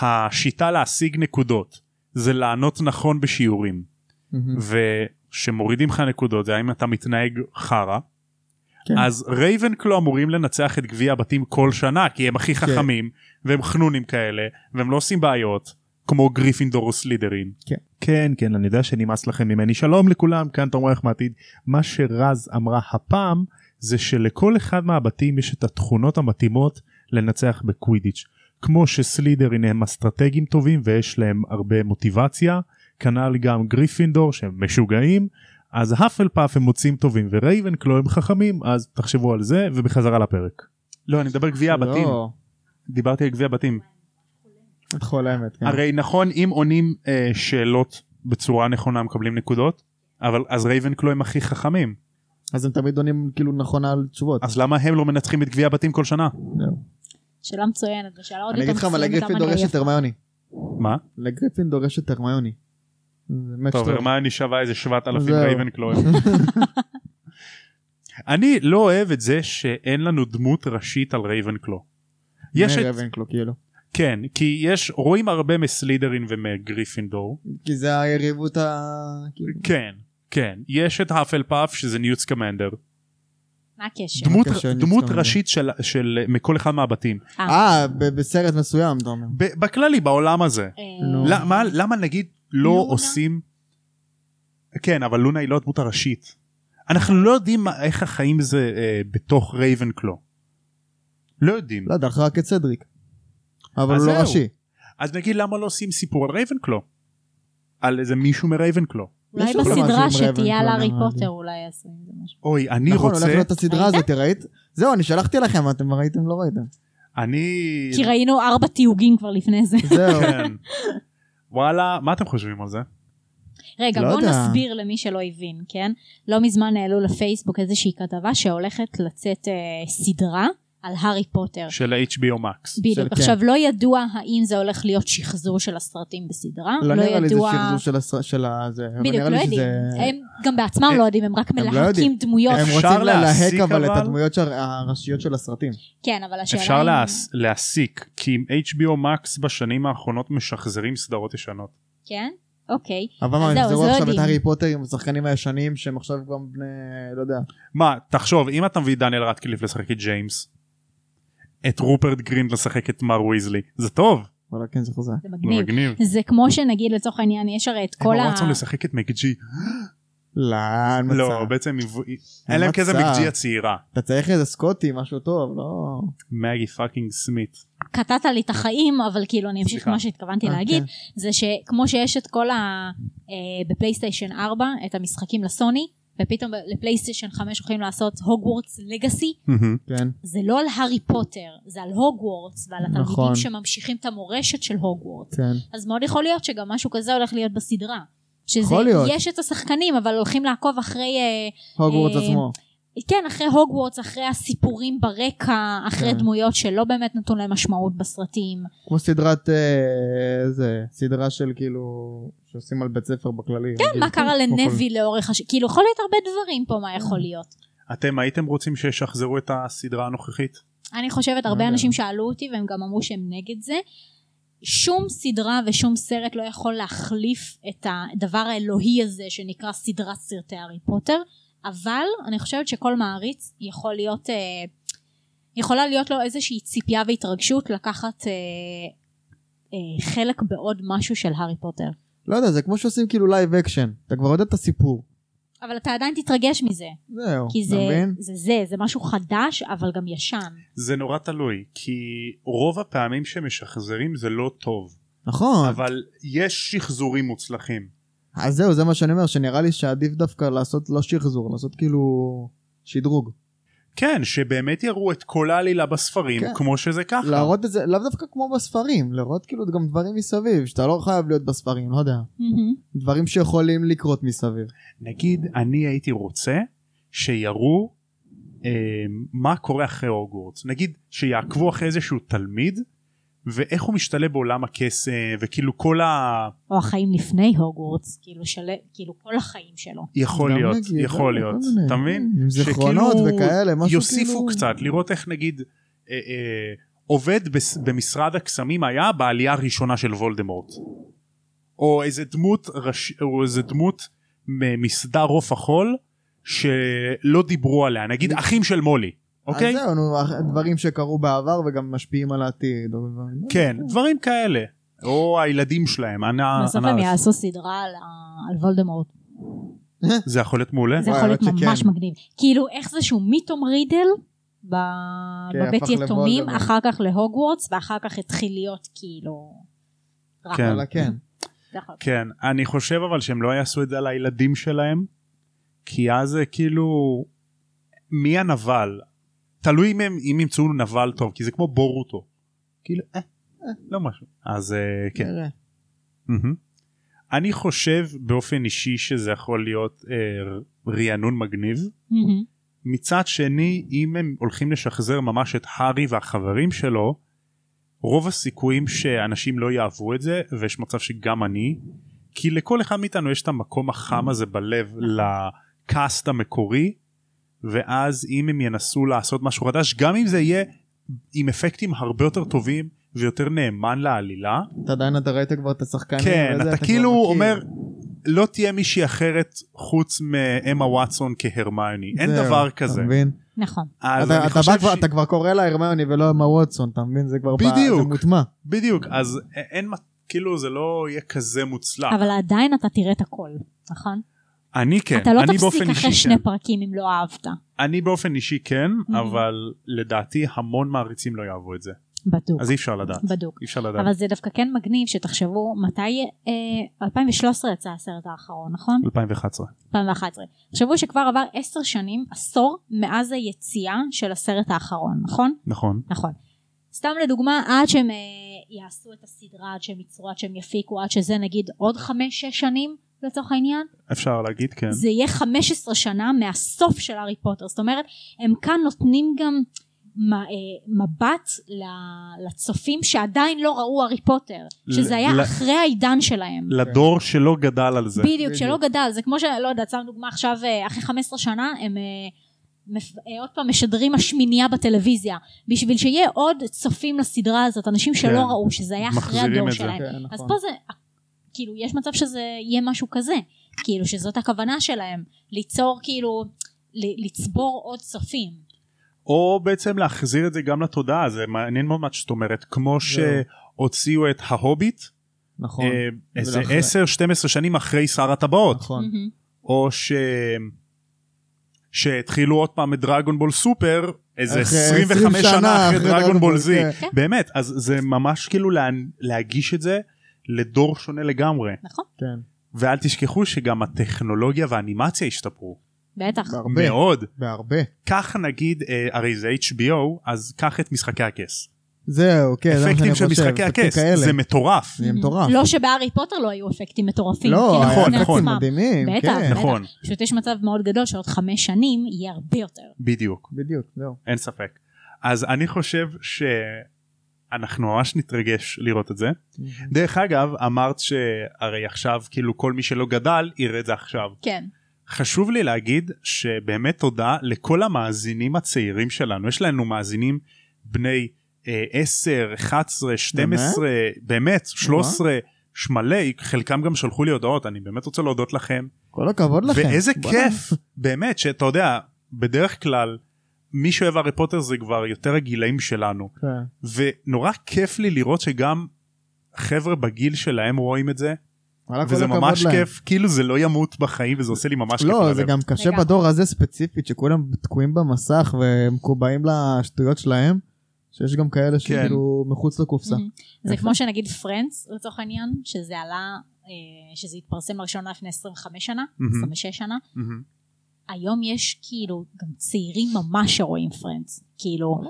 השיטה להשיג נקודות זה לענות נכון בשיעורים מהמם. ושמורידים לך נקודות זה האם אתה מתנהג חרא. כן. אז רייבנקלו אמורים לנצח את גביע הבתים כל שנה כי הם הכי כן. חכמים והם חנונים כאלה והם לא עושים בעיות כמו גריפינדור או סלידרין. כן. כן כן אני יודע שנמאס לכם ממני שלום לכולם כאן תומר איך מעתיד מה שרז אמרה הפעם זה שלכל אחד מהבתים יש את התכונות המתאימות לנצח בקווידיץ'. כמו שסלידרין הם אסטרטגים טובים ויש להם הרבה מוטיבציה, כנ"ל גם גריפינדור שהם משוגעים, אז האפל פאף הם מוצאים טובים ורייבנקלו הם חכמים, אז תחשבו על זה ובחזרה לפרק. לא, אני מדבר גביע הבתים, לא, דיברתי על גביע הבתים. את חולמת. כן. הרי נכון אם עונים אה, שאלות בצורה נכונה מקבלים נקודות, אבל אז רייבנקלו הם הכי חכמים, אז הם תמיד עונים כאילו נכון על תשובות. אז למה הם לא מנצחים את גביע הבתים כל שנה? זהו. שאלה מצוינת, ושאלה עוד אני יותר אגיד לך מה, מצוינת, למה לא לגריפינדור אני יש את עייפה. הרמיוני. מה? לגריפינדור יש את הרמיוני. זה מאץ' טוב, טוב. הרמני שווה איזה 7,000 זהו. רייבנקלו. אני לא אוהב את זה שאין לנו דמות ראשית על רייבנקלו. יש מי את... רייבנקלו, כאילו. כן, כי יש, רואים הרבה מסלידרין ומגריפינדור. כי זה היריבות ה... כאילו, כן, כן. יש את האפל פאף שזה ניוץ קמנדר. מה הקשר? דמות- כן, קשה, ניוץ דמות קמנדר. ראשית של- של מכל אחד מהבתים. אה, ב- בסרט מסוים אתה אומר. ב- בכללי, בעולם הזה. אה, לא. למה- למה נגיד לא לונה? עושים... כן, אבל לונה היא לא הדמות הראשית. אנחנו לא יודעים מה- איך החיים זה אה, בתוך רייבנקלו. לא יודעים. לא יודע, אחר רק את סדריק. אבל אז הוא לא זהו. ראשי. אז נגיד למה לא עושים סיפור על רייבנקלו? על איזה מישהו מרייבנקלו. אולי יש לו משהו בסדרה עם שתהיה רייבנקלו, על הארי למה? פוטר אולי יעשו עם זה משהו. אוי, אני נכון, הולך רוצה... אה, להיות הסדרה ראית? הזאת, ראית? זהו, אני שלחתי לכם, אתם ראיתם, לא ראיתם. אני... כי ראינו ארבע תיוגים כבר לפני זה. זהו. כן. וואלה, מה אתם חושבים על זה? רגע, לא בואו יודע. נסביר למי שלא הבין, כן? לא מזמן העלו לפייסבוק איזושהי כתבה שהולכת לצאת אה, סדרה על הארי פוטר. של ה-HBO Max. בדיוק. כן. עכשיו, לא ידוע האם זה הולך להיות שחזור של הסרטים בסדרה. לא נראה לי זה ידוע... שחזור של הס- של ה... זה, אבל בדיוק, נראה לא לי יודעים. שזה- הם גם בעצמם הם- לא יודעים, הם רק לא מלהקים יודעים. דמויות. הם אפשר רוצים להסיק, ללהק אבל אבל? את הדמויות שה- הראשיות של הסרטים. כן, אבל השאלה... אפשר אם- להס- להסיק, כי עם HBO Max בשנים האחרונות משחזרים סדרות ישנות. כן? אוקיי. אבל מה, אז הם זהו, יחזרו אז לא עכשיו את יודעים. הארי פוטר עם השחקנים הישנים שהם עכשיו כבר בני... לא יודע. מה, תחשוב, אם אתה מביא את דניאל רטקליף לשחק את ג'יימס, את רופרט גרינד לשחק את מר ויזלי, זה טוב, וואלה, כן, זה חוזר. זה זה מגניב. מגניב. זה כמו שנגיד לצורך העניין יש הרי את כל כל ה... וואטסון לא לשחק את מקג'י. לא, אין מצב. לא, בעצם אין להם מצב. כזה מקג'י הצעירה. אתה צריך איזה סקוטי, משהו טוב, לא... מגי פאקינג סמית. קטעת לי את החיים, אבל כאילו אני אמשיך סליחה. מה שהתכוונתי אה, להגיד, כן. זה שכמו שיש את כל ה... אה, בפלייסטיישן 4, את המשחקים לסוני, ופתאום ב- לפלייסטיישן 5 הולכים לעשות הוגוורטס לגאסי, כן. זה לא על הארי פוטר, זה על הוגוורטס ועל התלמידים נכון. שממשיכים את המורשת של הוגוורטס. כן. אז מאוד יכול להיות שגם משהו כזה הולך להיות בסדרה. שזה, יכול להיות. יש את השחקנים, אבל הולכים לעקוב אחרי... אה, הוגוורטס אה, עצמו. כן, אחרי הוגוורטס, אחרי הסיפורים ברקע, אחרי כן. דמויות שלא באמת נתנו להם משמעות בסרטים. כמו סדרת... אה, זה... סדרה של כאילו... שעושים על בית ספר בכללי. כן, מה קרה כמו אה, כל- לנבי לאורך הש... כאילו, יכול להיות הרבה דברים פה מה יכול להיות. אתם הייתם רוצים שישחזרו את הסדרה הנוכחית? אני חושבת, לא הרבה יודע. אנשים שאלו אותי והם גם אמרו שהם נגד זה. שום סדרה ושום סרט לא יכול להחליף את הדבר האלוהי הזה שנקרא סדרת סרטי הארי פוטר, אבל אני חושבת שכל מעריץ יכול להיות, אה, יכולה להיות לו איזושהי ציפייה והתרגשות לקחת אה, אה, חלק בעוד משהו של הארי פוטר. לא יודע, זה כמו שעושים כאילו לייב אקשן. אתה כבר יודע את הסיפור. אבל אתה עדיין תתרגש מזה, זהו, כי אתה זה מבין? זה, זה, זה משהו חדש אבל גם ישן. זה נורא תלוי, כי רוב הפעמים שמשחזרים זה לא טוב, נכון. אבל יש שחזורים מוצלחים. אז זהו, זה מה שאני אומר, שנראה לי שעדיף דווקא לעשות לא שחזור, לעשות כאילו שדרוג. כן, שבאמת יראו את כל העלילה בספרים, כן. כמו שזה ככה. להראות את זה, לאו דווקא כמו בספרים, להראות כאילו גם דברים מסביב, שאתה לא חייב להיות בספרים, לא יודע. מהמם. דברים שיכולים לקרות מסביב. נגיד, אני הייתי רוצה שיראו אה, מה קורה אחרי הוגוורטס. נגיד, שיעקבו אחרי איזשהו תלמיד, ואיך הוא משתלב בעולם הקסם, וכאילו כל ה... או החיים לפני הוגוורטס, כאילו, של... כאילו כל החיים שלו. יכול גם להיות, נגיד, יכול לא, להיות, כל מיני, אתה מבין? עם זיכרונות שכאילו וכאלה, משהו יוסיפו כאילו- קצת, לראות איך נגיד אה, אה, עובד בס- במשרד הקסמים היה בעלייה הראשונה של וולדמורט. או איזה דמות, רש... או איזה דמות ממסדר עוף החול שלא דיברו עליה, נגיד אחים של מולי, אוקיי? אז זהו, נו, הח- דברים שקרו בעבר וגם משפיעים על העתיד. או דברים- לא כן, דברים כאלה. או הילדים שלהם, אנא, בסוף אנא- הם יעשו סדרה על, ה- על וולדמורט. כן. זה יכול להיות מעולה. זה וואי, יכול להיות האמת ממש אה, שכן. מגניב. כאילו, איך זה שהוא מתום רידל ב... כן, בבית הפך יתומים, לוולדמורט. אחר כך להוגוורטס, ואחר כך התחיל להיות כאילו... רע. כן. וואלה, כן. נכון. כן, אני חושב אבל שהם לא יעשו את זה על הילדים שלהם, כי אז זה כאילו... מי הנבל? תלוי אם הם אם ימצאו נבל טוב, כי זה כמו בורוטו. כאילו, אה, אה, לא משהו. אז אה, כן. נראה. מהמם. אני חושב באופן אישי שזה יכול להיות אה, רענון מגניב. מהמם. מצד שני, אם הם הולכים לשחזר ממש את הארי והחברים שלו, רוב הסיכויים שאנשים לא יאהבו את זה, ויש מצב שגם אני, כי לכל אחד מאיתנו יש את המקום החם הזה בלב לקאסט המקורי, ואז אם הם ינסו לעשות משהו חדש, גם אם זה יהיה עם אפקטים הרבה יותר טובים ויותר נאמן לעלילה, אתה עדיין אתה ראית כבר את השחקנים. כן, וזה, אתה כבר כאילו מכיר. אומר, לא תהיה מישהי אחרת חוץ מאמה וואטסון כהרמיוני, אין זהו, דבר אתה כזה. מבין? נכון. אז אתה- אני אתה בא חושב כבר- ש- אתה כבר קורא לה הרמיוני ולא אמה ווטסון, אתה מבין? זה כבר בא- זה בדיוק. מוטמע. בדיוק, אז א- אין, מ- כאילו זה לא יהיה כזה מוצלח. אבל עדיין אתה תראה את הכל, נכון? אני אה. כן, אתה לא אני תפסיק באופן אחרי אישי שני כן. פרקים אם לא אהבת. אני באופן אישי כן, Mhm. אבל לדעתי המון מעריצים לא יאהבו את זה. בדוק. אז אי אפשר לדעת. בדוק. אי אפשר לדעת. אבל זה דווקא כן מגניב שתחשבו מתי, אה, 2013 יצא הסרט האחרון, נכון? 2011. 2011. תחשבו שכבר עבר עשר שנים, עשור, מאז היציאה של הסרט האחרון, נכון? נכון. נכון. סתם לדוגמה, עד שהם אה, יעשו את הסדרה, עד שהם ייצרו, עד שהם יפיקו, עד שזה נגיד עוד חמש-שש שנים לצורך העניין, אפשר להגיד כן. זה יהיה 15 שנה מהסוף של הארי פוטר. זאת אומרת, הם כאן נותנים גם מ- אה, מבט ל- לצופים שעדיין לא ראו הארי פוטר, שזה ל- היה ל- אחרי העידן שלהם. לדור שלא גדל על זה. בדיוק, שלא בדיוק. גדל, זה כמו שלא יודעת, סתם דוגמה עכשיו, אה, אחרי 15 שנה הם אה, מפ- אה, עוד פעם משדרים השמינייה בטלוויזיה, בשביל שיהיה עוד צופים לסדרה הזאת, אנשים שלא כן. ראו, שזה היה אחרי מחזירים הדור את זה. שלהם. כן, אז נכון. פה זה, כאילו, יש מצב שזה יהיה משהו כזה, כאילו, שזאת הכוונה שלהם, ליצור כאילו, ל- לצבור עוד צופים. או בעצם להחזיר את זה גם לתודעה, זה מעניין מאוד מה שאת אומרת. כמו זהו. שהוציאו את ההוביט, נכון. אה, איזה ולאחרי- 10-12 שנים אחרי שר הטבעות. נכון. מהמם. או ש... שהתחילו עוד פעם את דרגון בול סופר איזה אחרי 25 20 שנה אחרי דרגון בול זי כן. כן. באמת אז זה ממש כאילו לה... להגיש את זה לדור שונה לגמרי נכון? כן. ואל תשכחו שגם הטכנולוגיה והאנימציה השתפרו בטח. בהרבה. מאוד בהרבה. כך נגיד אה, הרי זה HBO אז קח את משחקי הכס זהו, כן, זה מה שאני אפקטים חושב. של משחקי אפקטים הכס כאלה. זה מטורף זה מטורף. לא שבהארי פוטר לא היו אפקטים מטורפים. לא, כאילו, נכון, בפני נכון. עצמם. מדהימים. בטח, כן. בטח. נכון פשוט יש מצב מאוד גדול שעוד חמש שנים יהיה הרבה יותר. בדיוק בדיוק, זהו. אין ספק. אז אני חושב שאנחנו ממש נתרגש לראות את זה. דרך אגב, אמרת שהרי עכשיו כאילו כל מי שלא גדל יראה את זה עכשיו. כן. חשוב לי להגיד שבאמת תודה לכל המאזינים הצעירים שלנו. יש לנו מאזינים בני אה, 10, 11, 12, באמת, 13, שמלא, חלקם גם שלחו לי הודעות, אני באמת רוצה להודות לכם. כל הכבוד לכם. ואיזה בוא'נה. כיף באמת שאתה יודע בדרך כלל מי שאוהב הארי פוטר זה כבר יותר הגילאים שלנו כן. ונורא כיף לי לראות שגם חבר'ה בגיל שלהם רואים את זה וואלה, כל וזה הכבוד ממש להם. כיף כאילו זה לא ימות בחיים וזה עושה לי ממש כיף. לא, זה ללב. גם קשה לגמרי. בדור הזה ספציפית, שכולם תקועים במסך ומקובעים לשטויות שלהם, שיש גם כן. כאלה שכאילו מחוץ לקופסה. מהמם. זה יפה. כמו שנגיד פרנדס לצורך העניין, שזה עלה, אה, שזה התפרסם לראשונה לפני 25 שנה, מהמם. 26 שנה. מהמם. היום יש כאילו גם צעירים ממש שרואים פרנדס, כאילו,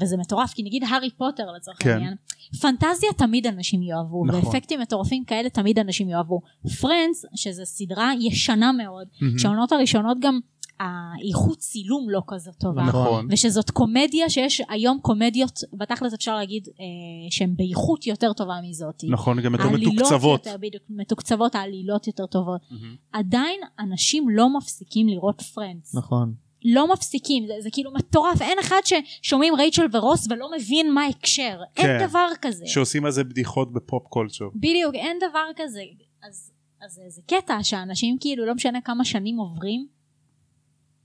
וזה מטורף, כי נגיד הארי פוטר לצורך אוקיי. כן. העניין, פנטזיה תמיד אנשים יאהבו, נכון. ואפקטים מטורפים כאלה תמיד אנשים יאהבו. פרנדס, שזו סדרה ישנה מאוד, מהמם. שהעונות הראשונות גם, האיכות צילום לא כזה טובה. נכון ושזאת קומדיה שיש היום קומדיות, בתכלס אפשר להגיד אה, שהן באיכות יותר טובה מזאתי. נכון גם יותר העלילות מתוקצבות. יותר, בדיוק, מתוקצבות, העלילות יותר טובות. מהמם. עדיין אנשים לא מפסיקים לראות פרנדס. נכון. לא מפסיקים, זה, זה כאילו מטורף, אין אחד ששומעים רייצ'ל ורוס ולא מבין מה ההקשר, כן. כן. אין דבר כזה. ש... שעושים על זה בדיחות בפופ קולצ'ר. בדיוק, אין דבר כזה. אז, אז זה- זה קטע שאנשים כאילו, לא משנה כמה שנים עוברים,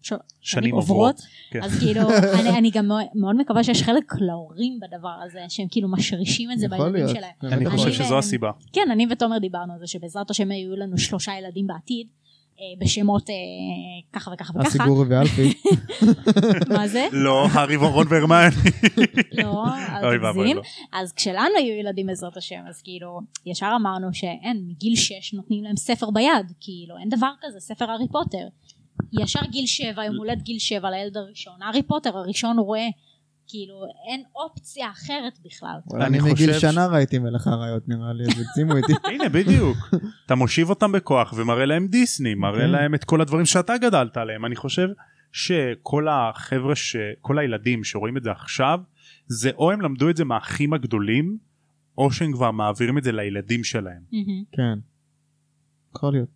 ש... שנים עוברות. כן. אז כאילו, אני, אני גם מאוד- מאוד מקווה שיש חלק להורים בדבר הזה, שהם כאילו משרישים את זה יכול בילדים להיות. שלהם. באמת אני יכול חושב להיות. שזו הסיבה. כן, אני ותומר דיברנו על זה שבעזרת השם יהיו לנו שלושה ילדים בעתיד, אה, בשמות אה, ככה וככה וככה. הסיגורי ואלפי. מה זה? לא, הארי ורון והרמיוני. לא, אל אוי ואבוי תגזים. לו. אז כשלנו היו ילדים בעזרת השם, אז כאילו, ישר אמרנו שאין, מגיל 6 נותנים להם ספר ביד, כאילו, אין דבר כזה, ספר הארי פוטר. ישר גיל 7, יום הולד גיל 7 לילד הראשון, הארי פוטר הראשון הוא רואה, כאילו, אין אופציה אחרת בכלל. וואלה, אני אני מגיל חושב ש- שנה ראיתי מלך האריות נראה לי, אז הגזימו איתי. הנה, בדיוק. אתה מושיב אותם בכוח ומראה להם דיסני, מראה כן. להם את כל הדברים שאתה גדלת עליהם. אני חושב שכל החבר'ה, ש- כל הילדים שרואים את זה עכשיו, זה או הם למדו את זה מהאחים הגדולים, או שהם כבר מעבירים את זה לילדים שלהם. כן. יכול להיות.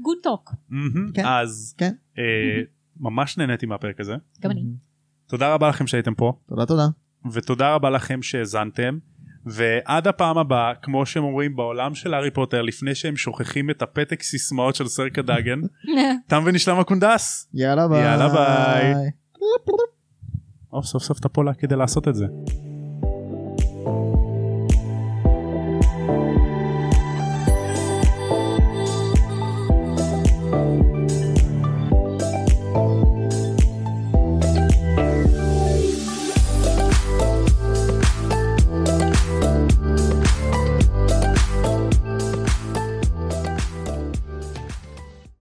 גוד טוק, מהמם. כן. אז כן. אה, ממש נהניתי מהפרק הזה. גם אני. תודה רבה לכם שהייתם פה. תודה תודה. ותודה רבה לכם שהאזנתם. ועד הפעם הבאה, כמו שהם אומרים בעולם של הארי פוטר, לפני שהם שוכחים את הפתק סיסמאות של סרקה דאגן, תם ונשלם הקונדס. יאללה ביי. יאללה, ביי. או, סוף סוף אתה פה לה כדי לעשות את זה.